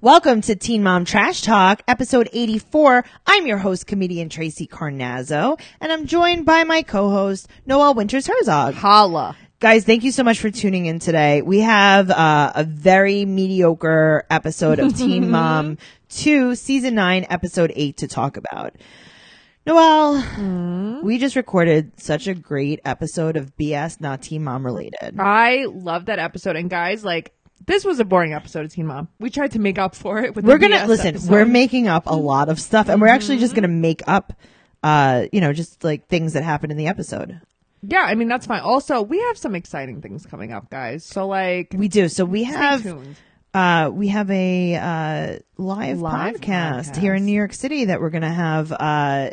Welcome to Teen Mom Trash Talk, episode 84. I'm your host, comedian Tracy Carnazzo, and I'm joined by my co-host, Noel Winters Herzog. Holla. Guys, thank you so much for tuning in today. We have uh, a very mediocre episode of Teen Mom 2, season 9, episode 8 to talk about. Noelle, we just recorded such a great episode of BS Not Teen Mom related. I love that episode. And guys, like, this was a boring episode of Teen Mom. We tried to make up for it with We're the gonna BS listen. episode. Mm-hmm. We're making up a lot of stuff, and we're actually just gonna make up, uh, you know, just like things that happened in the episode. yeah, I mean that's fine. Also, we have some exciting things coming up, guys. So like, We do. So we have, tuned. uh, we have a uh, live, Live podcast, podcast. here in New York City that we're gonna have uh,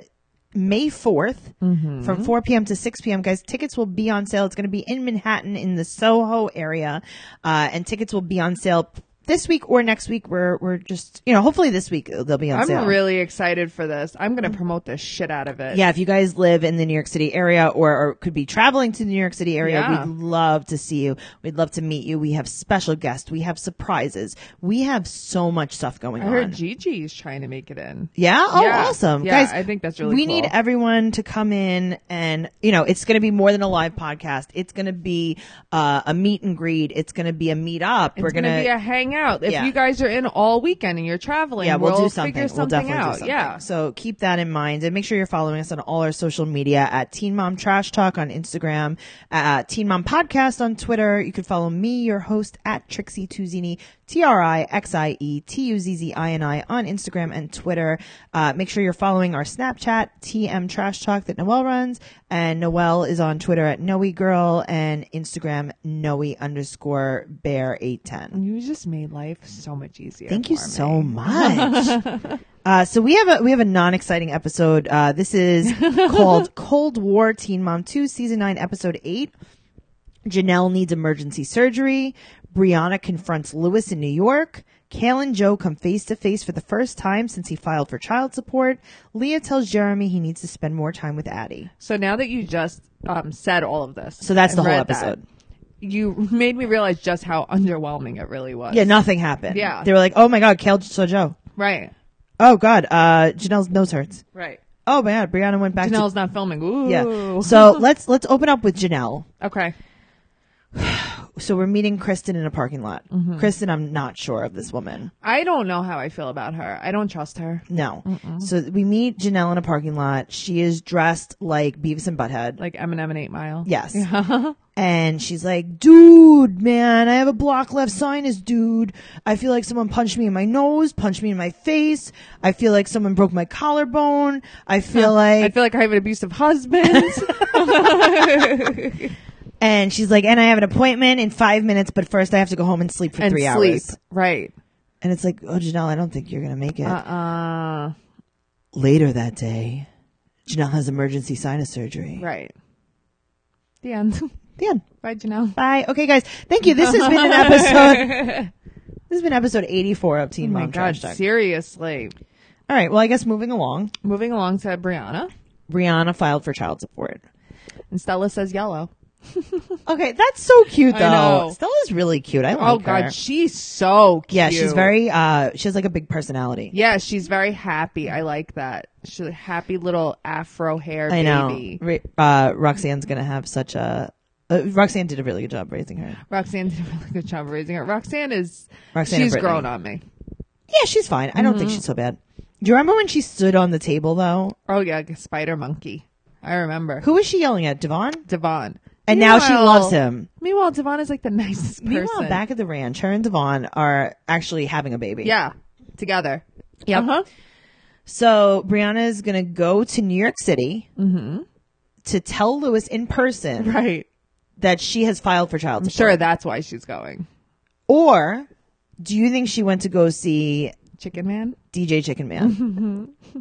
May 4th Mm-hmm. from four p.m. to six p.m. Guys, tickets will be on sale. It's gonna be in Manhattan in the Soho area, uh, and tickets will be on sale. This week or next week, we're we're just you know hopefully this week they'll be on I'm sale. really excited for this. I'm gonna promote the shit out of it. Yeah, if you guys live in the New York City area or, or could be traveling to the New York City area, Yeah. we'd love to see you. We'd love to meet you. We have special guests. We have surprises. We have so much stuff going I on. heard Gigi's trying to make it in. yeah. Oh, Yeah. awesome, Yeah, guys! I think that's really We cool. need everyone to come in, and you know, it's going to be more than a live podcast. It's going to be uh, a meet and greet. It's going to be a meet up. We're It's gonna, be a hangout. If Yeah. you guys are in all weekend and you're traveling, yeah, we'll, do figure something. something We'll definitely out. do something. Yeah. So keep that in mind and make sure you're following us on all our social media at Teen Mom Trash Talk on Instagram, at Teen Mom Podcast on Twitter. You can follow me, your host, at Trixie Tuzini, T R I X I E T U Z Z I N I on Instagram and Twitter. Uh, make sure you're following our Snapchat, TM Trash Talk that Noelle runs. And Noelle is on Twitter at Noe Girl and Instagram Noe underscore bear 810. You just made life so much easier. Thank you for so me. much. Uh, so we have a we have a non exciting episode. Uh, this is called Cold War Teen Mom Two, Season Nine, Episode Eight. Janelle needs emergency surgery. Brianna confronts Lewis in New York. Kale and Joe come face to face for the first time since he filed for child support. Leah tells Jeremy he needs to spend more time with Addie. So now that you just um, said all of this, So that's the and whole read that, episode. you made me realize just how underwhelming it really was. Yeah, nothing happened. Yeah. They were like, oh my God, Kale saw Joe. Right. Oh God, uh, Janelle's nose hurts. Right. Oh my God, Brianna went back to Janelle's not filming. Ooh. Yeah. So let's let's open up with Janelle. okay. So we're meeting Kristen in a parking lot. Mm-hmm. Kristen, I'm not sure of this woman. I don't know how I feel about her. I don't trust her. No. So we meet Janelle in a parking lot. She is dressed like Beavis and Butthead. Like Eminem and Eight Mile. Yes. And she's like, dude, man, I have a block left sinus, dude. I feel like someone punched me in my nose, punched me in my face. I feel like someone broke my collarbone. I feel like I feel like I have an abusive husband. and she's like, and I have an appointment in five minutes, but first I have to go home and sleep for and three sleep. hours. Right. And it's like, oh, Janelle, I don't think you're going to make it. Uh. Later that day, Janelle has emergency sinus surgery. Right. The end. The end. Bye, Janelle. Bye. Okay, guys. Thank you. This has been an episode. this has been episode 84 of Teen Oh my Mom God. Trash Talk. Seriously. All right. Well, I guess moving along, Moving along to Brianna. Brianna filed for child support. And Stella says yellow. Okay, that's so cute I though. know. Stella's really cute. I like Oh her. God, she's so cute. yeah, she's very. uh She has like a big personality. Yeah, she's very happy. I like that. She's a happy little afro hair I know. baby. Re- uh, Roxanne's gonna have such a. Uh, Roxanne did a really good job raising her. Roxanne did a really good job raising her. Roxanne is Roxanne and she's Brittany. grown on me. Yeah, she's fine. I don't Mm-hmm. think she's so bad. Do you remember when she stood on the table though? Oh yeah, like a spider monkey. I remember. Who was she yelling at? Devon? Devon. And now she Meanwhile- loves him. Meanwhile, Devon is like the nicest person. Meanwhile, back at the ranch, her and Devon are actually having a baby. Yeah. Together. Yep. Uh-huh. So Brianna is going to go to New York City to tell Lewis in person Mm-hmm. Right. that she has filed for child support. Sure, that's why she's going. Or do you think she went to go see Chicken man. DJ Chicken Man? Mm-hmm.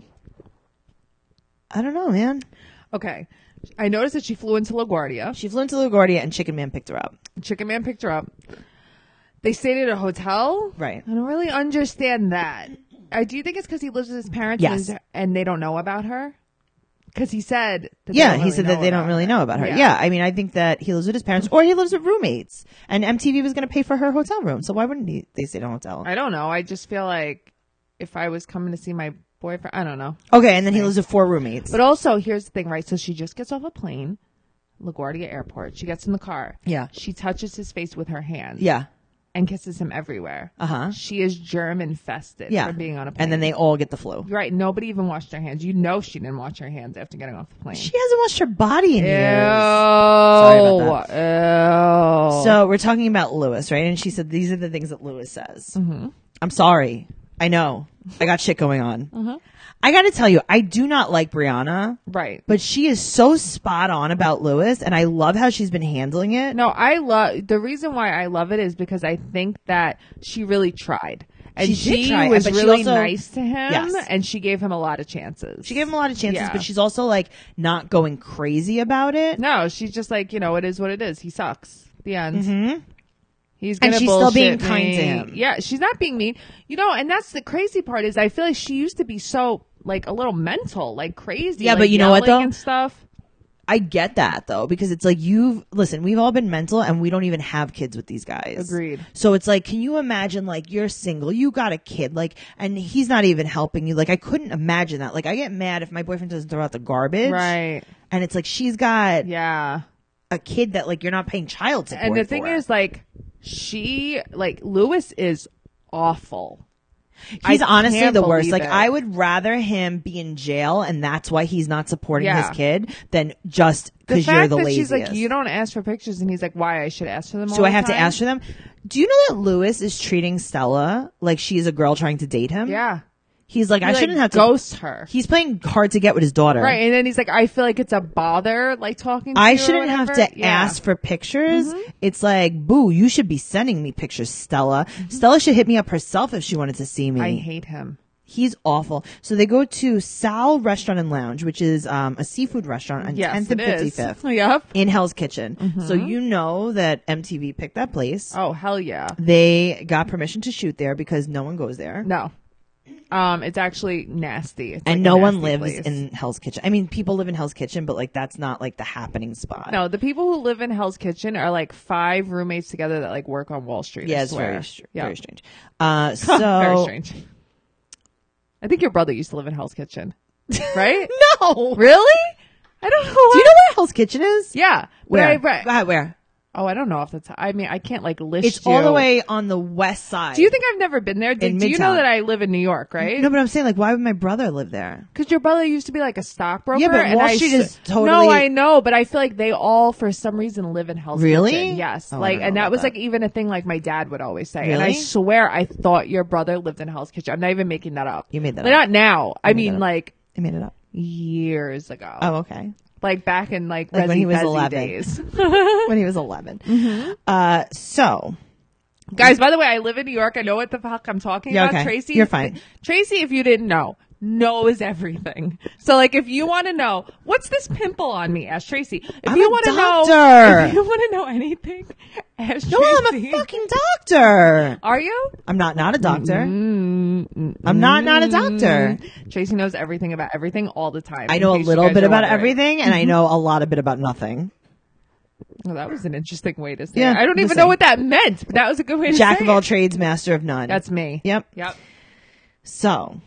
I don't know, man. Okay. I noticed that she flew into LaGuardia. She flew into LaGuardia and Chicken Man picked her up. Chicken Man picked her up. They stayed at a hotel. Right. I don't really Uh, understand that. I, do you think it's because he lives with his parents Yes. and, and they don't know about her? because he said. That they Yeah, don't he really said that know they don't about really her. know about her. Yeah. Yeah. I mean, I think that he lives with his parents or he lives with roommates, and MTV was going to pay for her hotel room, so why wouldn't he, they stay in a hotel? I don't know. I just feel like if I was coming to see my boyfriend, I don't know. Okay, and then he lives with four roommates. But also, here's the thing, right? So she just gets off a plane, LaGuardia Airport. She gets in the car. Yeah. She touches his face with her hand yeah, and kisses him everywhere. uh huh, She is germ infested yeah. from being on a plane. and then they all get the flu. Right. Nobody even washed their hands. You know she didn't wash her hands after getting off the plane. She hasn't washed her body in Ew. years. about Ew. So we're talking about Lewis, right? And she said these are the things that Lewis says. Mm-hmm. I'm sorry. I know. I got shit going on. Mm-hmm. I got to tell you, I do not like Brianna, right. but she is so spot on about Lewis, and I love how she's been handling it. No, I love the reason why I love it is because I think that she really tried. And She she, did try, was but she really also- nice to him Yes. and she gave him a lot of chances. She gave him a lot of chances, Yeah. but she's also like not going crazy about it. No, she's just like, you know, it is what it is. He sucks. The end. He's Mm-hmm. And gonna she's still being bullshit kind to me. him. Yeah, she's not being mean. You know, and that's the crazy part is I feel like she used to be so like a little mental, like crazy. Yeah, but like, you know what, yelling though? And stuff. I get that though, because it's like you've listen, we've all been mental and we don't even have kids with these guys. Agreed. So it's like, can you imagine like you're single, you got a kid, like and he's not even helping you. Like I couldn't imagine that. Like I get mad if my boyfriend doesn't throw out the garbage. Right. And it's like she's got Yeah. a kid that like you're not paying child support. And the thing for. is, like, she, like, Lewis is awful. he's I honestly can't the worst. believe Like it. I would rather him be in jail and that's why he's not supporting Yeah. his kid than just The because fact you're the that laziest. she's like, you don't ask for pictures, and he's like, why I should ask for them. all Do I the have to time?" ask for them? Do you know that Lewis is treating Stella like she's a girl trying to date him? Yeah, He's like, I He, like, shouldn't have to ghost her. He's playing hard to get with his daughter. right, and then he's like, I feel like it's a bother, like talking. to I you or shouldn't have whatever." to Yeah. Mm-hmm. ask for pictures. It's like, boo, you should be sending me pictures, Stella. Stella should hit me up herself if she wanted to see me. Mm-hmm. I hate him. He's awful. So they go to Sal Restaurant and Lounge, which is um, a seafood restaurant on Yes, 10th and it is. Mm-hmm. 55th Yep. in Hell's Kitchen. So you know that MTV picked that place. Oh hell yeah. They got permission to shoot there because no one goes there. No. Um, it's actually nasty. It's, and like, a no one nasty lives place. in Hell's Kitchen. I mean, people live in Hell's Kitchen, but like that's not like the happening spot. No, the people who live in Hell's Kitchen are like five roommates together that like work on Wall Street. yeah, I it's swear. very str- Yeah. very strange. Uh, so very strange. I think your brother used to live in Hell's Kitchen, right? No, really? I don't know. Why. do you know where Hell's Kitchen is? Yeah. but where? I- right. Go ahead, where? Oh, I don't know if that's. I mean, I can't like list. It's all the you. way on the west side. Do you think I've never been there? Do, In do you know Midtown. that I live in New York, right? No, but I'm saying like, why would my brother live there? Because your brother used to be like a stockbroker. Yeah, but and Wall I Street s- is totally- No, I know, but I feel like they all, for some reason, live in Hell's Really? Kitchen. Yes. Oh, I like, don't know and about that was that. like even a thing like my dad would always say. And I Really? swear, I thought your brother lived in Hell's Kitchen. I'm not even making that up. You made that Like, up. Not now. I made that mean, up. like I made it up. years ago. Oh, okay. Like back in like, Like when he Resi was Fezzi 11. days. when he was 11. Mm-hmm. Uh, so Guys, by the way, I live in New York. I know what the fuck I'm talking Yeah, about. okay. Tracy, You're fine. Tracy, if you didn't know, know is everything. So, like, if you want to know what's this pimple on me, ask Tracy. If I'm a you want to know, doctor. if you want to know anything, ask no, I'm Tracy. a fucking doctor. Are you? I'm not not a doctor. Mm-hmm. I'm not not a doctor. Mm. Tracy knows everything about everything all the time. I in know a case you little guys bit are about wondering. Mm-hmm. everything, and I know a lot of bit about nothing. Well, that was an interesting way to say. Yeah, it. I don't even listen. know what that meant, but that was a good way to Jack say. of all it. trades, master of none. That's me. Yep. Yep. So,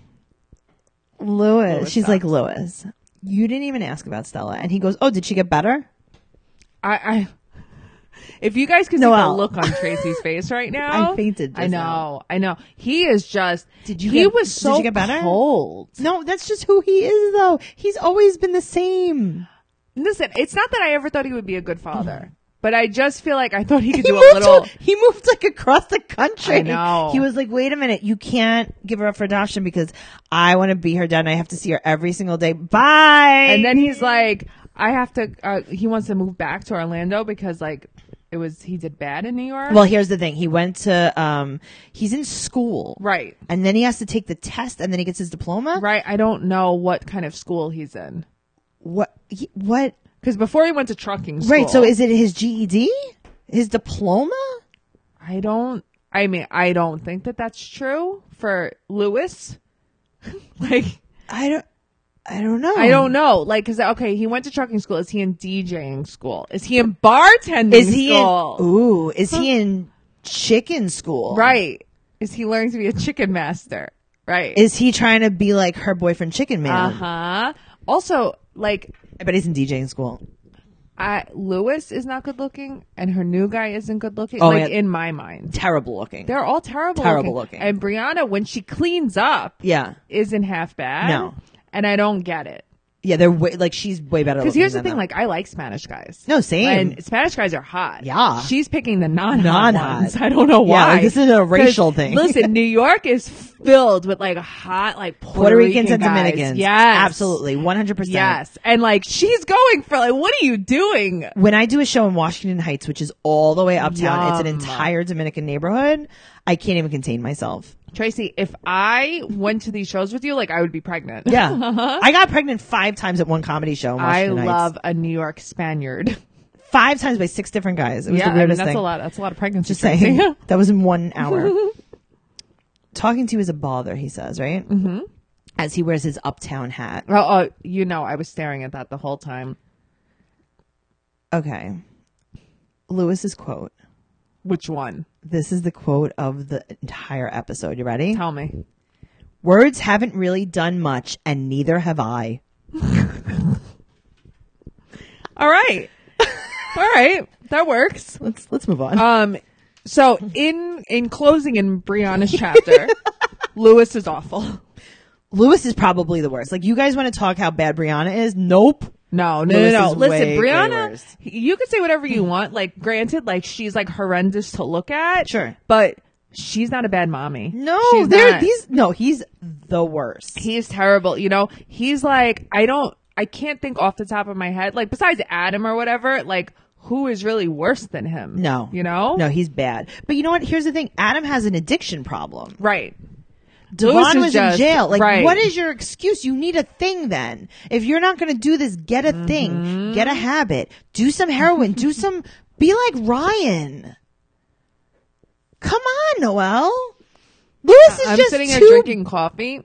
Lewis, Lewis she's sucks. like, Lewis, you didn't even ask about Stella. And he goes, Oh, did she get better? I, I if you guys could see the Noelle. look on Tracy's face right now, I fainted just I know, now. I know. He is just. Did you He get- was did so you get better? cold. No, that's just who he is, though. He's always been the same. Listen, it's not that I ever thought he would be a good father, but I just feel like I thought he could do a moved little. to- he moved like across the country. I know. He was like, wait a minute, you can't give her up for adoption because I want to be her dad and I have to see her every single day. Bye. and then he's like, I have to. Uh, he wants to move back to Orlando because like it was he did bad in New York. well, here's the thing. He went to, um, he's in school. right, And then he has to take the test and then he gets his diploma. right. I don't know what kind of school he's in What, he, what? because before he went to trucking school, Right. So is it his GED? His diploma? I don't. I mean, I don't think that that's true for Lewis. like, I don't. I don't know. I don't know. Like, cause okay, he went to trucking school. Is he in DJing school? Is he in bartending Is he school? in? Ooh, is he in chicken school? Right. Is he learning to be a chicken master? Right. Is he trying to be like her boyfriend, Chicken Man? uh huh. Also, like, I bet he's in DJing school. I, Lewis is not good looking, and her new guy isn't good looking. Oh, like yeah. in my mind, Terrible looking. they're all terrible. Terrible looking. And Brianna, when she cleans up, yeah, isn't half bad. No. And I don't get it. yeah, they're way, like she's way better. Because looking here's the than thing, them. like I like Spanish guys. No, same. And Spanish guys are hot. Yeah. She's picking the non hot Non-hot. ones. I don't know Yeah, why. like, this is a 'Cause, racial thing. Listen, New York is filled with like hot, like Puerto, Puerto Ricans Rican and guys. Dominicans. Yes. absolutely, one hundred percent. Yes. And like she's going for like, what are you doing? when I do a show in Washington Heights, which is all the way uptown, it's an Yum. entire Dominican neighborhood. I can't even contain myself. Tracy, if I went to these shows with you, like I would be pregnant. Yeah, I got pregnant five times at one comedy show. In I Washington Heights. love a New York Spaniard. five times by six different guys. It was yeah, the I mean, weirdest that's thing. a lot. That's a lot of pregnancy. Just Tracy. saying, that was in one hour. Talking to you is a bother, he says, right? Mm-hmm. As he wears his uptown hat. Well, uh, you know, I was staring at that the whole time, Okay. Lewis's quote. which one? This is the quote of the entire episode. You ready? Tell me. Words haven't really done much, and neither have I. All right. All right. That works. Let's let's move on. Um, so in, in closing in Brianna's chapter, Lewis is awful. Lewis is probably the worst. Like you guys want to talk how bad Brianna is? Nope. No, no, Lewis no, no. is Listen, way, way Brianna, worse. you could say whatever you want. Like, granted, like she's like horrendous to look at. Sure. But she's not a bad mommy. No, she's they're not. these. No, he's the worst. he's terrible. You know, he's like, I don't, I can't think off the top of my head, like besides Adam or whatever, like who is really worse than him? no, You know? no, he's bad. But you know what? Here's the thing: Adam has an addiction problem. Right. Lewis Devon is was just- in jail. Like, right. what is your excuse? You need a thing then. If you're not going to do this, get a Mm-hmm. thing, get a habit, do some heroin, do some, be like Ryan. Come on, Noel. Lewis is I'm just sitting too, here drinking coffee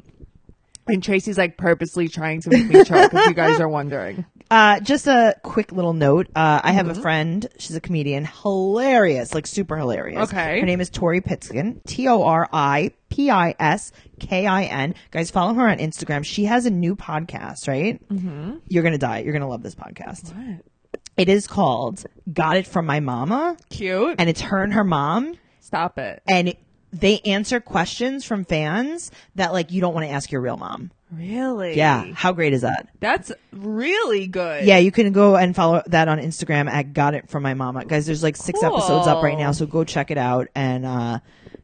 and Tracy's like purposely trying to make me choke if you guys are wondering. Uh, just a quick little note. Uh, I Mm-hmm. have a friend. She's a comedian. Hilarious. Like super hilarious. Okay. Her name is Tori Pitskin. T-O-R-I P-I-S-K-I-N. Guys, follow her on Instagram. She has a new podcast, right? Mm-hmm. You're going to die. You're going to love this podcast. It is called Got It From My Mama. Cute. And it's her and her mom. Stop it. And they answer questions from fans that like you don't want to ask your real mom. Really? Yeah. How great is that? That's really good. Yeah, you can go and follow that on Instagram at Got It From My Mama. Guys, there's like six episodes up right now, Cool. so go check it out. And uh,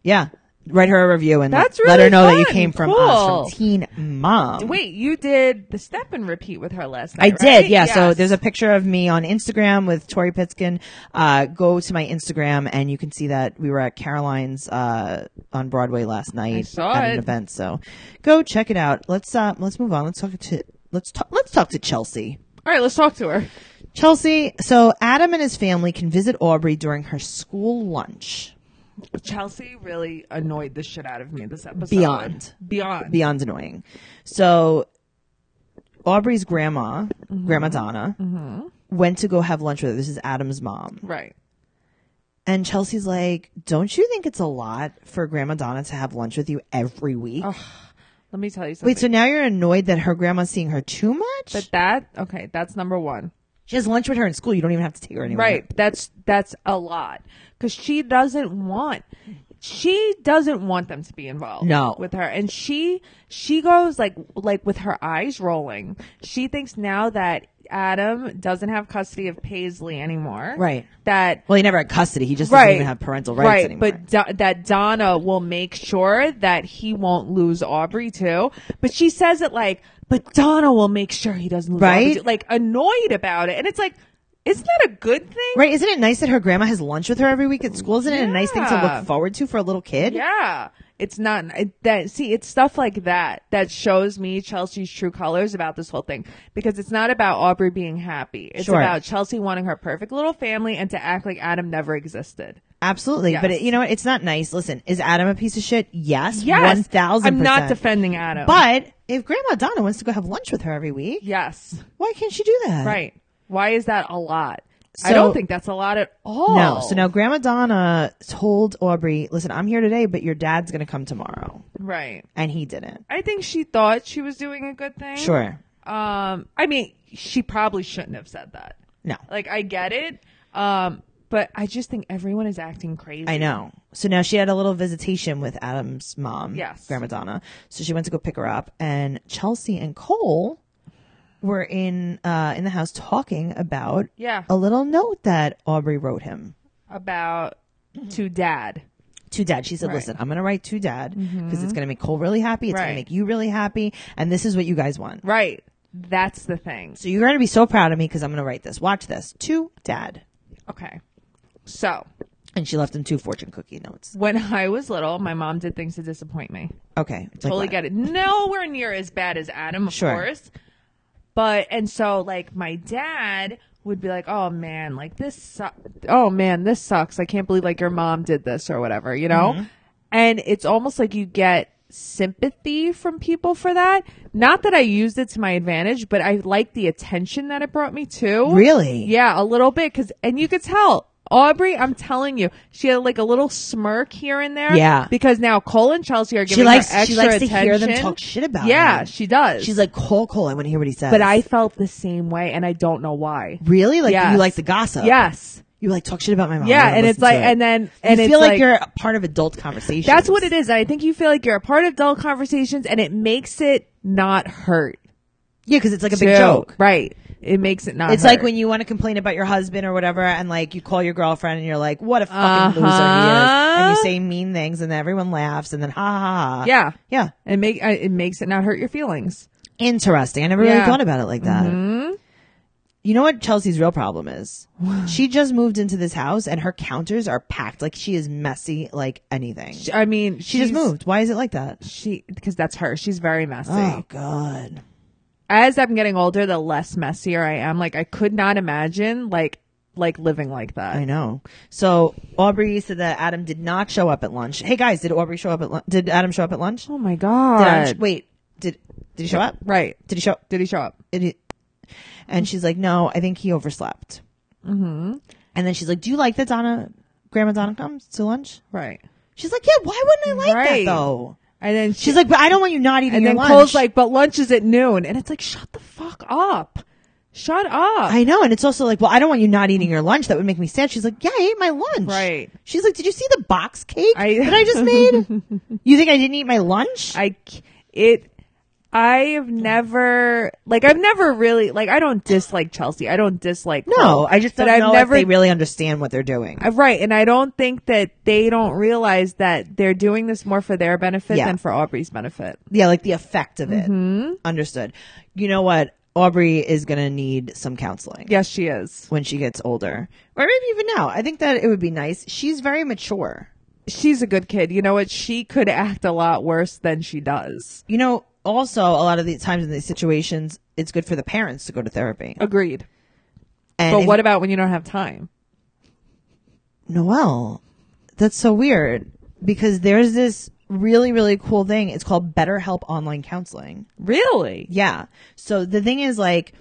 yeah, write her a review and That's let her really know that you fun. came from Cool. us, from Teen Mom. Wait, you did the step and repeat with her last I night. did, right? yeah. So Yes. there's a picture of me on Instagram with Tori Pitskin. Uh, go to my Instagram and you can see that we were at Caroline's uh, on Broadway last night saw at an it. event. So go check it out. Let's uh, let's move on. Let's talk to let's talk let's talk to Chelsea. All right, let's talk to her. Chelsea, so Adam and his family can visit Aubrey during her school lunch. Chelsea really annoyed the shit out of me this episode. Beyond. Beyond. Beyond annoying. So Aubrey's grandma, Mm-hmm. Grandma Donna, went to go have lunch with her. This is Adam's mom. Right. And Chelsea's like, Don't you think it's a lot for Grandma Donna to have lunch with you every week? Oh, Let me tell you something. Wait, so now you're annoyed that her grandma's seeing her too much? But that okay, that's number one. she has lunch with her in school. You don't even have to take her anywhere. Right. That's that's a lot because she doesn't want she doesn't want them to be involved. No. with her, and she she goes like like with her eyes rolling. She thinks now that Adam doesn't have custody of Paisley anymore. Right. That. Well, he never had custody. He just doesn't Right, even have parental rights right, anymore. but Do- that Donna will make sure that he won't lose Aubrey too. But she says it like, "But Donna will make sure he doesn't lose Aubrey Right. too," like annoyed about it, and it's like, isn't that a good thing? Right? Isn't it nice that her grandma has lunch with her every week at school? Isn't it a nice thing to Yeah. look forward to for a little kid? Yeah. It's not it, that. See, it's stuff like that that shows me Chelsea's true colors about this whole thing because it's not about Aubrey being happy. It's Sure. about Chelsea wanting her perfect little family and to act like Adam never existed. Absolutely. But Yes. it, you know what? It's not nice. Listen, is Adam a piece of shit? Yes. Yes, 1000%. I'm not defending Adam, But if Grandma Donna wants to go have lunch with her every week, yes, why can't she do that? right. Why is that a lot? I So- don't think that's a lot at all. No. So now Grandma Donna told Aubrey, listen, I'm here today, but your dad's going to come tomorrow. right. And he didn't. I think she thought she was doing a good thing. Sure. Um, I mean, she probably shouldn't have said that. No. Like, I get it. Um, but I just think everyone is acting crazy. I know. So now she had a little visitation with Adam's mom, Yes. Grandma Donna. So she went to go pick her up, and Chelsea and Cole were in uh, in the house talking about Yeah. a little note that Aubrey wrote him About to dad. to Dad. She said, Right. Mm-hmm. "Listen, I'm going to write to Dad because it's going to make Cole really happy. It's going Right. to make you really happy, and this is what you guys want. Right. That's the thing. So you're going to be so proud of me because I'm going to write this. Watch this to Dad." Okay. So, And she left him two fortune cookie notes. when I was little, my mom did things to disappoint me. Okay, Like totally what? get it. Nowhere near as bad as Adam, of Sure. course. But and so like my dad would be like, "Oh man, like this su- oh man, this sucks. I can't believe like your mom did this or whatever, you know?" Mm-hmm. And it's almost like you get sympathy from people for that. Not that I used it to my advantage, but I like the attention that it brought me to. Really? Yeah, a little bit cuz and you could tell Aubrey, I'm telling you, she had like a little smirk here and there. Yeah. Because now Cole and Chelsea are She giving her likes- she extra likes to hear them attention. talk shit about Yeah, him. she does. She's like, Cole, Cole, I want to hear what he says. but I felt the same way, and I don't know why. really like Yes. you like the gossip. Yes, You like talk shit about my mom. Yeah, I don't and it's listen to like- it. and then- and you it's feel like, like- you're a part of adult conversation. that's what it is. And I think you feel like you're a part of dull conversations, and it makes it not hurt. Yeah, because it's like a big too. joke. right? It makes it not. It's like when you want to complain about your husband or whatever, and like you call your girlfriend and you're like, "What a fucking loser he is," and you Uh-huh. say mean things, and everyone laughs, and then ha ha ha. yeah, yeah. it make I- it makes it not hurt your feelings. Interesting. I never really Yeah. Mm-hmm. thought about it like that. You know what Chelsea's real problem is? she just moved into this house, and her counters are packed. Like she is messy, like anything. She, I mean, she just moved. Why is it like that? She because that's her. She's very messy. Oh God. As I'm getting older, the less messier I am. Like I could not imagine like like living like that. I know. So Aubrey said that Adam did not show up at lunch. Hey guys, did Aubrey show up at lunch? Did Adam show up at lunch? oh my Did Adam god! sh- wait, did did he show up? right? Did he show? Did he show up? Did he- and she's like, no, I think he overslept. Mm-hmm. And then she's like, do you like that Donna, Grandma Donna comes to lunch? Right. She's like, yeah. Why wouldn't I like Right. that though? And then she, She's like, but I don't want you not eating and your then lunch. Cole's like, but lunch is at noon. And it's like, shut the fuck up. Shut up. I know, and it's also like, well, I don't want you not eating your lunch. That would make me sad. She's like, yeah, I ate my lunch. Right. She's like, did you see the box cake I- that I just made? you think I didn't eat my lunch? I, c- it, I've never, like, I've never really, like, I don't dislike Chelsea. I don't dislike No, Cole. I just But don't I've know never, if they really understand what they're doing. I- Uh, right. And I don't think that they don't realize that they're doing this more for their benefit Yeah. than for Aubrey's benefit. yeah, like the effect of it. Understood. You know what? Aubrey is going to need some counseling Yes, she is. when she gets older, or maybe even now. I think that it would be nice. She's very mature. She's a good kid. You know what? She could act a lot worse than she does. You know, also a lot of the times in these situations, it's good for the parents to go to therapy. Agreed. And But if- what about when you don't have time? Noelle, that's so weird because there's this really, really cool thing. It's called BetterHelp Online Counseling. Really? Yeah. So the thing is like,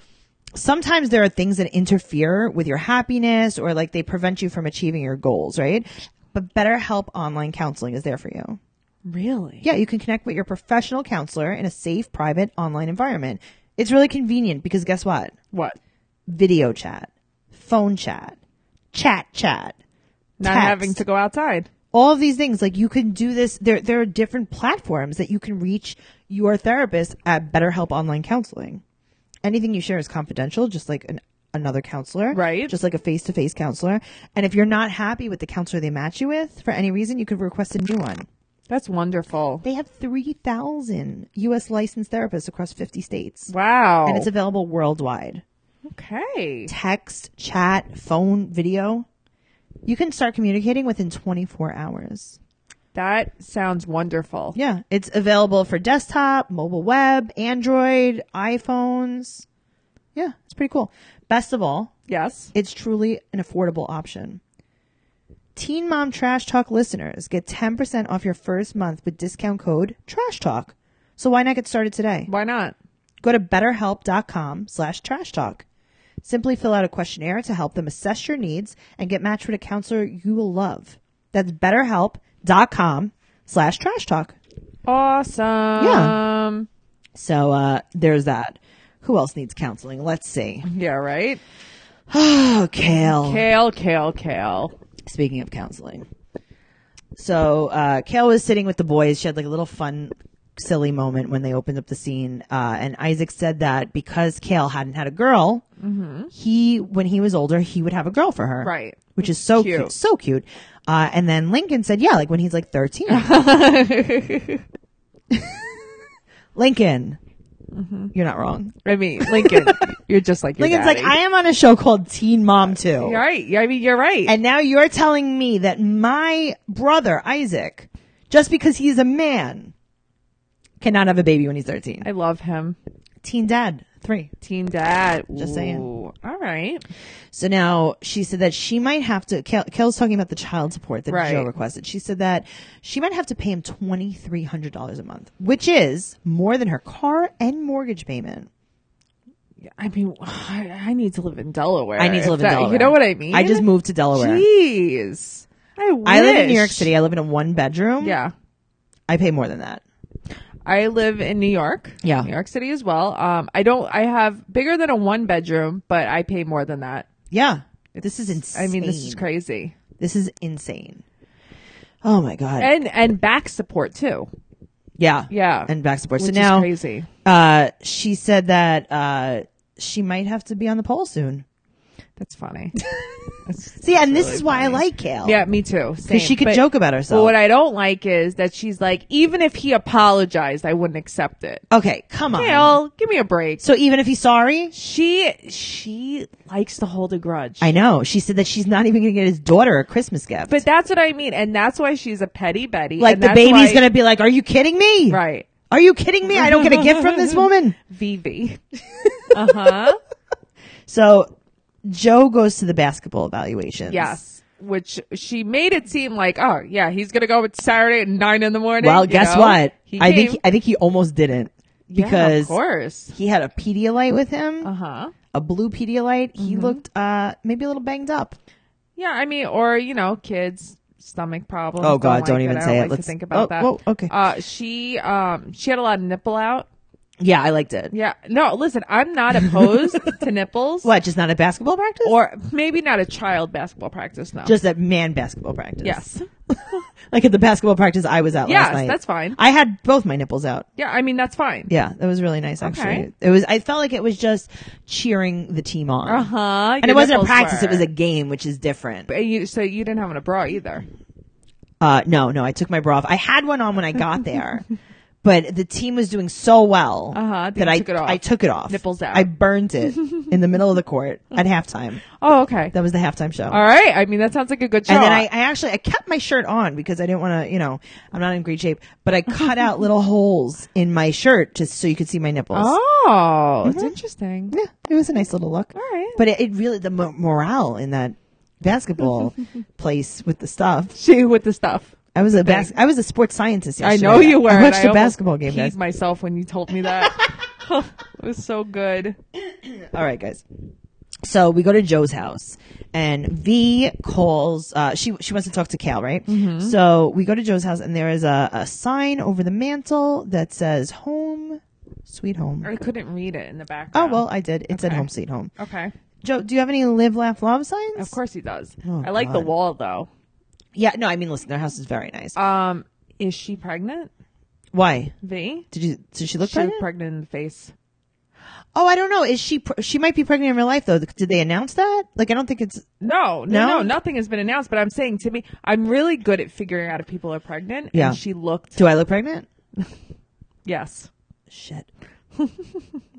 sometimes there are things that interfere with your happiness or like they prevent you from achieving your goals, right? But BetterHelp Online Counseling is there for you. Really? Yeah, you can connect with your professional counselor in a safe, private online environment. It's really convenient because guess what? What? Video chat, phone chat, chat chat. Not Text. having to go outside. all of these things like you can do this there there are different platforms that you can reach your therapist at BetterHelp online counseling. Anything you share is confidential just like an another counselor. Right. Just like a face-to-face counselor. And if you're not happy with the counselor they match you with for any reason, you could request a new one. That's wonderful. They have 3,000 US licensed therapists across 50 states Wow. and it's available worldwide. okay. Text, chat, phone, video. You can start communicating within 24 hours. That sounds wonderful. Yeah, it's available for desktop, mobile web, Android, iPhones. Yeah, it's pretty cool. Best of all, Yes. it's truly an affordable option. Teen Mom Trash Talk listeners get 10% off your first month with discount code TRASH TALK. So why not get started today? Why not? Go to betterhelp.com slash trash talk. Simply fill out a questionnaire to help them assess your needs and get matched with a counselor you will love. That's betterhelp.com slash trash talk. Awesome. Yeah. So uh, there's that. Who else needs counseling? Let's see. Yeah, right? Oh, Kale. Kale, kale, kale. Speaking of counseling. So uh, Kale was sitting with the boys. She had like a little fun, silly moment when they opened up the scene. Uh, and Isaac said that because Kale hadn't had a girl, he, when he was older, he would have a girl for her. Right. Which is so cute. Cute. So cute. Uh, and then Lincoln said, yeah, like when he's like 13. Lincoln. You're not wrong. I mean, Lincoln, you're just like your Lincoln's daddy. like, I am on a show called Teen Mom 2. You're right. Yeah, I mean, you're right. And now you're telling me that my brother, Isaac, just because he's a man, cannot have a baby when he's 13. I love him. Teen dad, three. Teen dad. Just saying. Ooh. All right. So now she said that she might have to, Kel, Kel's talking about the child support that Right. Joe requested. She said that she might have to pay him $2,300 a month, which is more than her car and mortgage payment. I mean, I I need to live in Delaware. I need to If live in that- Delaware. You know what I mean? I just moved to Delaware. Jeez. I wish. I live in New York City. I live in a one bedroom. Yeah. I pay more than that. I live in New York. Yeah. New York City as well. Um, I don't, I have bigger than a one bedroom, but I pay more than that. Yeah. this is insane. I mean, this is crazy. This is insane. Oh my god. And, and back support too. yeah. Yeah. And back support. So which now is crazy. uh she said that uh she might have to be on the poll soon. That's funny. See, and this is why I like Kale. yeah, me too. Because she could joke about But herself. what I don't like is that she's like, even if he apologized, I wouldn't accept it. okay, come on. Hell, give me a break. So even if he's sorry? She she likes to hold a grudge. I know. She said that she's not even gonna get his daughter a Christmas gift. but that's what I mean, and that's why she's a petty Betty. like and the that's baby's why- gonna be like, Are you kidding me? right. Are you kidding me? I don't get a gift from this woman. Vivi. uh Uh-huh. huh. So Joe goes to the basketball evaluations. Yes. Which she made it seem like, oh yeah, he's gonna go with Saturday at nine in the morning. Well, you guess know? what? He I came- think I think he almost didn't Yeah, because of course. he had a Pedialyte with him, Uh huh. a blue Pedialyte. He Mm-hmm. looked uh maybe a little banged up. Yeah, I mean, or you know, kids stomach problems. Oh, God, like don't even I say it. Like Let's- to think about oh, that. whoa, okay. Uh, she um she had a lot of nipple out. Yeah, I liked it. Yeah. No, listen, I'm not opposed to nipples. What? Just not at basketball practice, Or maybe not a child basketball practice. No. just at man basketball practice? yes. like at the basketball practice I was at last Yes, night. that's fine. I had both my nipples out. Yeah, I mean that's fine. Yeah, that was really nice. Actually, Okay. it was. I felt like it was just cheering the team on. Uh huh. And it wasn't a practice; it was a game, which is different. you, so you didn't have on a bra either. Uh, no, no, I took my bra off. I had one on when I got there, but the team was doing so well Uh-huh, that that you I took it off. I took it off. Nipples out. I burned it in the middle of the court at halftime. Oh, okay. That was the halftime show. All right. I mean that sounds like a good shot. And then I, I actually I kept my shirt on because I didn't want to, you know, I'm not in great shape. But I cut out little holes in my shirt just so you could see my nipples. oh, it's interesting. Mm-hmm. Yeah, it was a nice little look. All right. But it, it really the mo- morale in that basketball place with the stuff. She with the stuff. I was a bas- I was a sports scientist I yesterday. know you were. I and watched a almost basketball game, peed guys. myself when you told me that. it was so good. All right, guys. So we go to Joe's house, and V calls. Uh, she she wants to talk to Cal, right? So we go to Joe's house, and there is a, a sign over the mantle that says "Home, Sweet Home." I couldn't read it in the Oh background. well, I did. It said Okay. "Home, Sweet Home." Okay. Joe, do you have any "Live, Laugh, Love" signs? Of course he does. Oh, I like the God. wall though. Yeah. No, I mean, listen, their house is very nice. Um, is she pregnant? Uh, Why V? did you? Did she look She was pregnant? pregnant in the face. oh, I don't know. Is she? Pr- she might be pregnant in real life, though. Did they announce that? Like, I don't think it's. No, No? no, no, nothing has been announced. But I'm saying to me, I'm really good at figuring out if people are pregnant. Yeah. And she looked. Do I look pregnant? Yes, Shit. All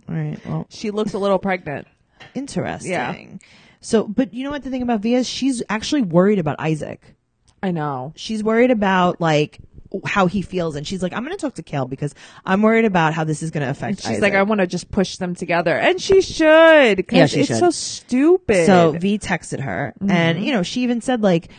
right. Well, she looked a little pregnant. Interesting. Yeah. So, but you know what the thing about Via is she's actually worried about Isaac. I know. she's worried about like how he feels and she's like i'm gonna talk to kale because i'm worried about how this is gonna affect She's like, I Isaac." want to just push them together, and she should. 'cause Yeah, she it's should. so stupid. so v texted her Mm-hmm. and you know she even said like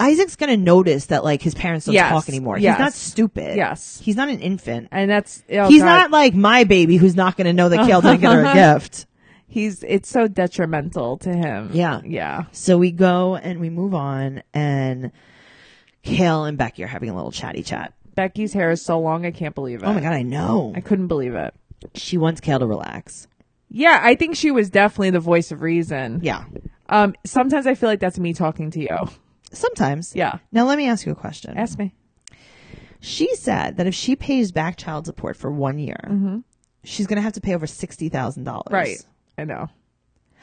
isaac's gonna notice that like his parents don't Yes, talk anymore yes. he's not stupid Yes. he's not an infant and that's oh he's God. not like my baby who's not gonna know that kale didn't get her a gift He's it's so detrimental to him. Yeah. yeah. so we go and we move on and kale and becky are having a little chatty chat Becky's hair is so long, I can't believe it. oh my god i know I couldn't believe it. she wants kale to relax Yeah, I think she was definitely the voice of reason. yeah Um, sometimes I feel like that's me talking to you. sometimes Yeah. now let me ask you a question Ask me. She said that if she pays back child support for one year, she's going to have to pay over sixty thousand dollars. Mm-hmm. Right. I know.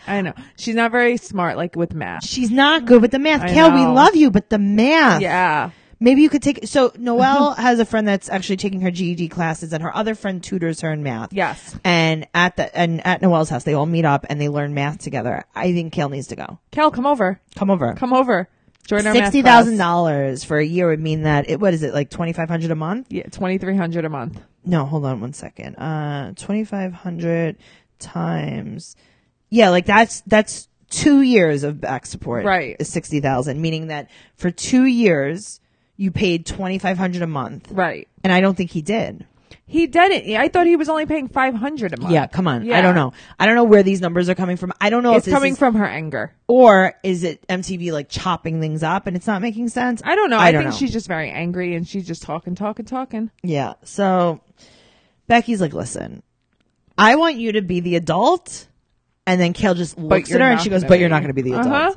I know. She's not very smart, like with math. She's not good with the math. I Kel, we know. love you, but the math. Yeah. Maybe you could take. So Noelle has a friend that's actually taking her GED classes, and her other friend tutors her in math. Yes. And at the and at Noelle's house, they all meet up and they learn math together. I think Kale needs to go. Cal, come over. Come over. Come over. Join our math Sixty thousand class. dollars for a year would mean that it. What is it like twenty five hundred a month? Yeah, twenty three hundred a month. no, hold on one second. Uh, 2,500 times. Yeah, like that's, that's two years of back support. Right. Is 60,000, meaning that for two years, you paid 2,500 a month. Right. And I don't think he did. He didn't. I thought he was only paying five hundred a month. Yeah, come on. I Yeah. don't know. I don't know where these numbers are coming from. I don't know It's if this coming is, from her anger. or is it MTV like chopping things up and it's not making sense? I don't know. I I, don't think know. she's just very angry and she's just talking, talking, talking. Yeah. So Becky's like, listen, I want you to be the adult. And then Kale just looks at you're her and not she goes, gonna but you're be. not going to be the adult. Uh-huh.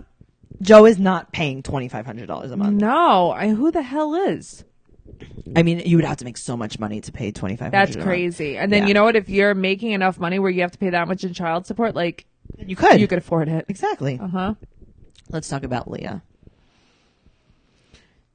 Joe is not paying $2,500 a month. No, I, who the hell is? I mean, you would have to make so much money to pay 2500 Mm. That's a month. crazy. And then Yeah. you know what? If you're making enough money where you have to pay that much in child support, like You could. you could afford it. Exactly. Uh huh. Let's talk about Leah.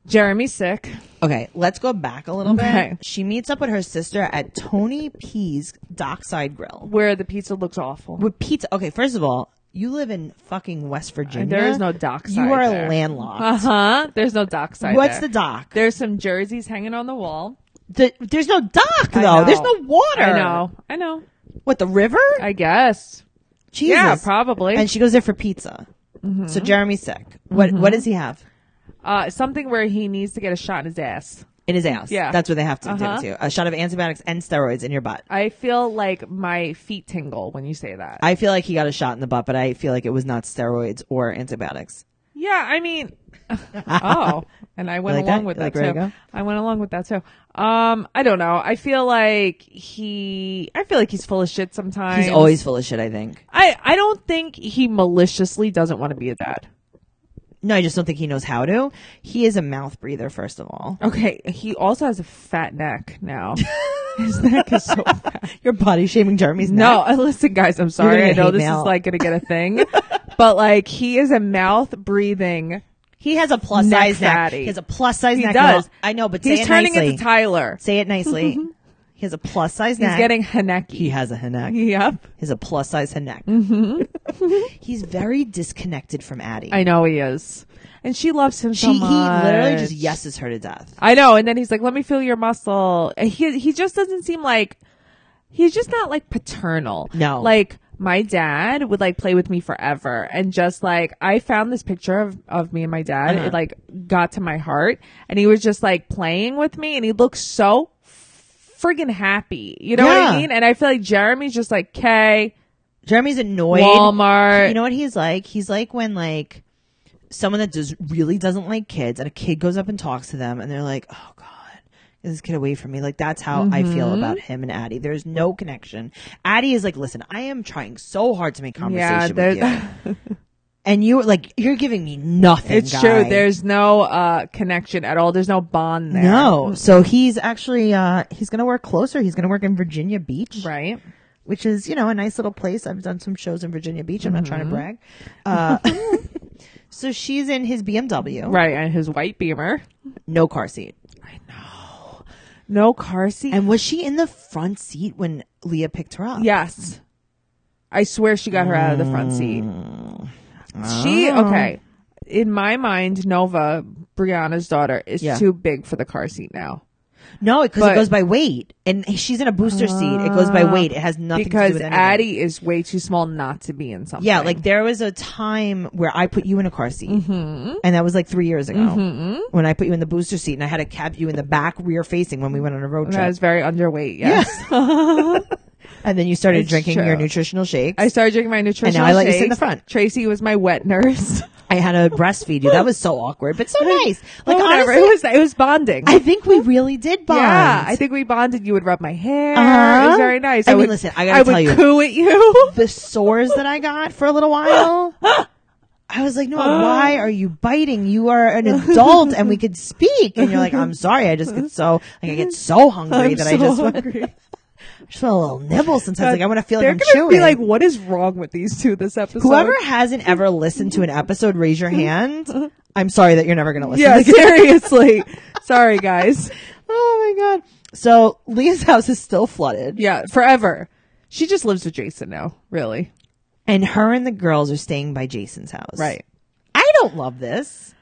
Jeremy's sick. Okay, let's go back a little Okay. bit. She meets up with her sister at Tony P's Dockside Grill. Where the pizza looks awful. With pizza. Okay, first of all, you live in fucking West Virginia. There is no dockside. You are there. landlocked. Uh huh. There's no dockside. What's there. the dock? There's some jerseys hanging on the wall. The, there's no dock I though. know. There's no water. I know. I know. What the river? I guess. Jesus. Yeah, probably. Mm-hmm. And she goes there for pizza. So Jeremy's sick. What what does he have uh, something where he needs to get a shot in his ass. in his ass? Yeah. that's what they have to Uh-huh. do to a shot of antibiotics and steroids in your butt. I feel like my feet tingle when you say that. I feel like he got a shot in the butt, but I feel like it was not steroids or antibiotics. Yeah, I mean, oh, and I went You like along that? with You like that where I too. go? I went along with that too. Um, I don't know. I feel like he, I feel like he's full of shit sometimes. He's always full of shit. I think. I, I don't think he maliciously doesn't want to be a dad. No, I just don't think he knows how to. He is a mouth breather, first of all. Okay, he also has a fat neck now. His neck is so fat. You're body shaming Jeremy's No, uh, listen, guys, I'm sorry. gonna I know hate this me out. is like going to get a thing, but like he is a mouth breathing. he has a plus Neck size neck. fatty. He has a plus size He neck. does. I know, but say He's it turning nicely. into Tyler. say it nicely. he has a plus size neck. He's getting Mm-hmm. Haneki. He has a Hanek. Yep. He's a plus size Hanek. He's very disconnected from Addie. Mm-hmm. I know he is. And she loves him she so he much. literally just yeses her to death. I know. And then he's like, let me feel your muscle. And he, he just doesn't seem like, he's just not like paternal. No. Like, my dad would like play with me forever and just like, I found this picture of, of me and my dad. Uh-huh. It like got to my heart and he was just like playing with me and he looked so friggin' happy. You know what Yeah. I mean? And I feel like Jeremy's just like, okay, Jeremy's annoyed. Walmart. You know what he's like? He's like when like someone that does really doesn't like kids and a kid goes up and talks to them and they're like, Oh God, get this kid away from me. Like that's how I Mm-hmm. feel about him and Addie. There's no connection. Addie is like, listen, I am trying so hard to make yeah, conversation with you. there's, And you're like, you're giving me nothing. It's guy. true. There's no uh, connection at all. There's no bond there. No. So he's actually uh he's gonna work closer. He's gonna work in Virginia Beach. Right? Which is, you know, a nice little place. I've done some shows in Virginia Beach. I'm not trying to Mm-hmm. brag. Uh so she's in his BMW. Right. And his white beamer. No car seat. No car seat. And was she in the front seat when Leah picked her up? yes. I swear she got her out of Oh. the front seat. She, okay. In my mind, Nova Brianna's daughter is Yeah. too big for the car seat now. No, because it But- Ah. goes by weight, and she's in a booster seat. It goes by weight. It has nothing to do because with anything. Addie is way too small not to be in something. Yeah, like there was a time where I put you in a car seat, Mm-hmm. and that was like three years ago when I put you in the booster seat, and I had to cab you in the back rear facing when we went on a road I trip, was very underweight. Yes, and then you started It's drinking your true. nutritional shakes. I started drinking my nutritional. now I let you sit in the shakes. front. Tracy was my wet nurse. I had to breastfeed you. That was so awkward, but so nice. Like whatever. honestly, it was it was bonding. I think we really did bond. Yeah, I think we bonded. You would rub my hair. Uh-huh. It was very nice. I mean, would listen, I gotta tell would you. coo at you. the sores that I got for a little while. I was like, no, why are you biting? You are an adult and we could speak. And you're like, I'm sorry. I just get so, like, I get so hungry I'm that so I just want, hungry. just want a little nibble sometimes. Like, I want to feel like They're I'm gonna chewing. be like, what is wrong with these two this episode? Whoever hasn't ever listened to an episode, raise your hand. I'm sorry that you're never going to listen. Yeah, Like, seriously. Sorry, guys. oh my God. So Leah's house is still flooded Yeah, forever. She just lives with Jason now, really. and her and the girls are staying by Jason's house. Right. I don't love this.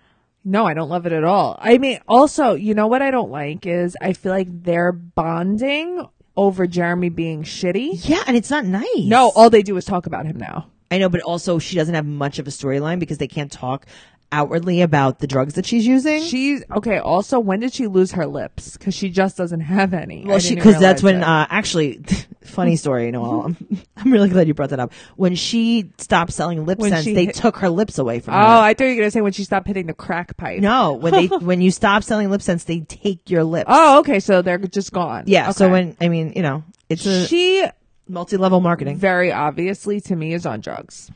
No, I don't love it at all. I mean, also, you know what I don't like is I feel like they're bonding over Jeremy being shitty. Yeah. And it's not nice. No, all they do is talk about him now. I know, but also she doesn't have much of a storyline because they can't talk outwardly about the drugs that she's using. She's okay. Also, when did she lose her lips? Because she just doesn't have any. well, she because that's when uh, actually, funny story. Noel, I'm, I'm really glad you brought that up. When she stopped selling lip When sense, she they hit- took her lips away from oh, her. I thought you were gonna say when she stopped hitting the crack pipe. uh, No, when they when you stop selling lip sense, they take your lips. Oh, okay. So they're just gone. yeah. So Okay. when I mean, you know, it's a she multi level marketing. very obviously to me is on drugs.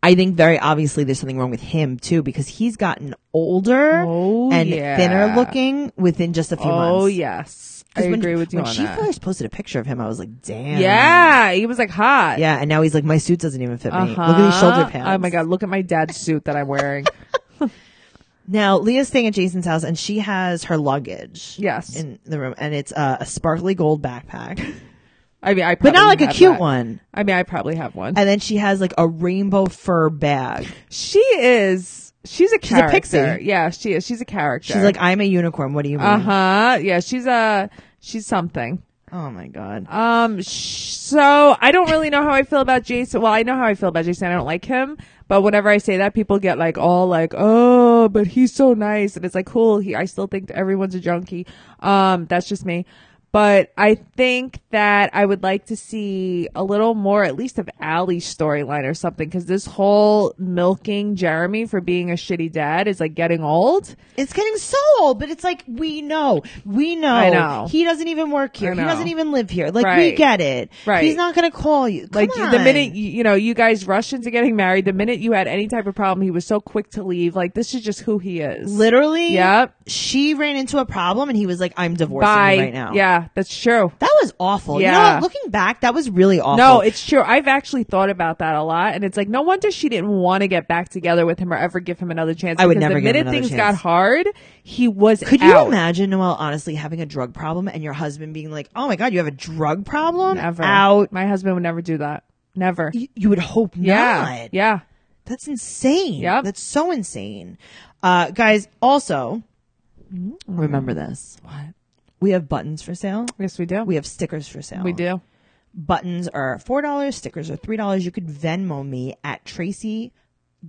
I think very obviously there's something wrong with him too because he's gotten older Oh, and yeah. thinner looking within just a few months. Oh yes, I 'Cause when- agree with you when on she that. first posted a picture of him, I was like, damn. yeah, he was like hot. Yeah, and now he's like, my suit doesn't even fit me. Uh-huh. Look at these shoulder pads. Oh my god, look at my dad's suit that I'm wearing. Now, Leah's staying at Jason's house and she has her luggage. Yes. In the room. And it's uh, a sparkly gold backpack. I mean, I But not probably like a have cute that. one. I mean, I probably have one. And then she has like a rainbow fur bag. she is. She's a a character. pixie. Yeah, she is. She's a character. She's like, I'm a unicorn. What do you mean? uh huh. Yeah, she's a. She's something. Oh my God. Um. Sh- so I don't really know how I feel about Jason. Well, I know how I feel about Jason. I don't like him. But whenever I say that, people get like all like, "Oh, but he's so nice," and it's like, "Cool." He. I still think everyone's a junkie. Um. That's just me. But I think that I would like to see a little more, at least of Allie's storyline or something, because this whole milking Jeremy for being a shitty dad is like getting old. It's getting so old, but it's like we know, we know. I know. He doesn't even work here. I He know. doesn't even live here. Like we Right. get it. Right. He's not gonna call you. Like Come the on. minute you, you know you guys rushed into getting married, the minute you had any type of problem, he was so quick to leave. Like this is just who he is. Literally. Yep. She ran into a problem and he was like, I'm divorcing Bye. you right now. Yeah, that's true. That was awful. You know Yeah. what? Looking back, that was really awful. No, it's true. I've actually thought about that a lot, and it's like no wonder she didn't want to get back together with him or ever give him another chance. I would because never The give him minute another things chance. got hard, he was Could you out. imagine, Noel, honestly, having a drug problem and your husband being like, oh my God, you have a drug problem? Never Out. My husband would never do that. Never. You, you would hope Yeah. not. Yeah. That's insane. Yep. That's so insane. Uh, guys, also, remember this. What? We have buttons for sale. Yes, we do. We have stickers for sale. we do. Buttons are $4. Stickers are $3. You could Venmo me at Tracy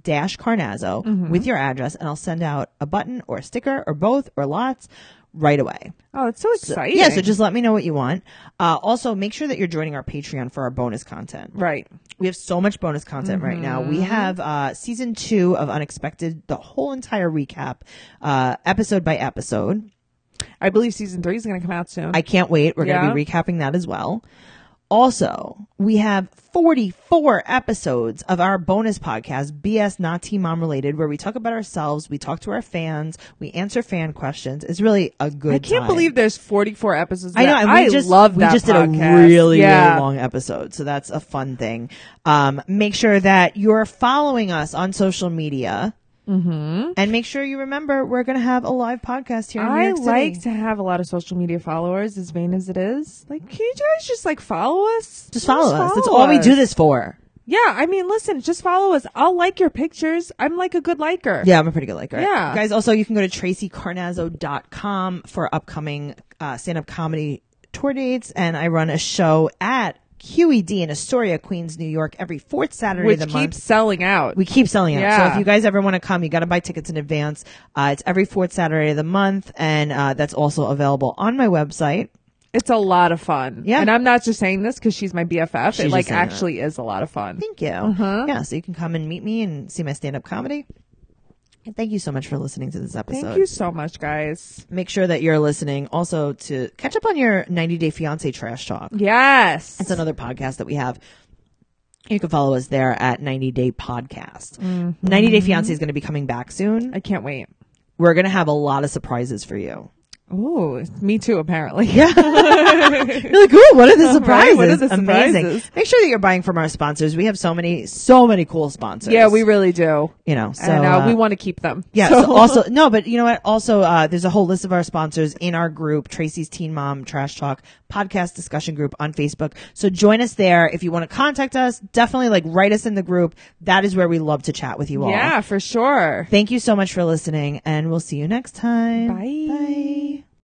dash Carnazzo with your address and I'll send out a button or a sticker or both or lots right away. Oh, it's so exciting. Yeah, so just let me know what you want. Uh, also, make sure that you're joining our Patreon for our bonus content. right. We have so much bonus content right now. We have uh, season two of Unexpected, the whole entire recap, uh, episode by episode. I believe season three is going to come out soon. I can't wait. We're going Yeah. to be recapping that as well. Also, we have 44 episodes of our bonus podcast, BS Not Team Mom Related, where we talk about ourselves, we talk to our fans, we answer fan questions. It's really a good I can't time. believe there's 44 episodes. I know. That. And we I just love we that just did a podcast. really yeah. really long episode, so that's a fun thing. Um, make sure that you're following us on social media, mm-hmm. and make sure you remember we're going to have a live podcast here. In New I York City. like to have a lot of social media followers, as vain as it is. Like, can you guys just like follow us? just follow us. That's all we do us. this for. Yeah, I mean, listen, just follow us. I'll like your pictures. I'm like a good liker. Yeah, I'm a pretty good liker. Yeah. Guys, also, you can go to tracycarnazzo.com for upcoming uh, stand up comedy tour dates. And I run a show at QED in Astoria, Queens, New York, every fourth Saturday Which of the month. keeps selling out. We keep selling out. So Yeah. if you guys ever want to come, you got to buy tickets in advance. Uh, it's every fourth Saturday of the month. And uh, that's also available on my website. it's a lot of fun. Yeah. And I'm not just saying this because she's my BFF. She's it just like saying that. actually is a lot of fun. Thank you. Uh-huh. Yeah, so you can come and meet me and see my stand up comedy. And thank you so much for listening to this episode. Thank you so much, guys. Make sure that you're listening also to catch up on your 90 Day Fiance Trash Talk. Yes. It's another podcast that we have. You can follow us there at 90 Day Podcast. 90 Day Fiance is going to be coming back soon. I can't wait. We're going to have a lot of surprises for you. Ooh, me too, apparently. You're like, ooh, what are the surprises? Right, what are the Amazing. surprises? Make sure that you're buying from our sponsors. We have so many, so many cool sponsors. yeah, we really do. you know, so and uh, uh, we want to keep them. Yeah. So- So also, no, but you know what? Also, uh, there's a whole list of our sponsors in our group, Tracy's Teen Mom Trash Talk podcast discussion group on Facebook. So join us there. If you want to contact us, definitely like write us in the group. That is where we love to chat with you all. yeah, for sure. Thank you so much for listening and we'll see you next time. Bye. Bye.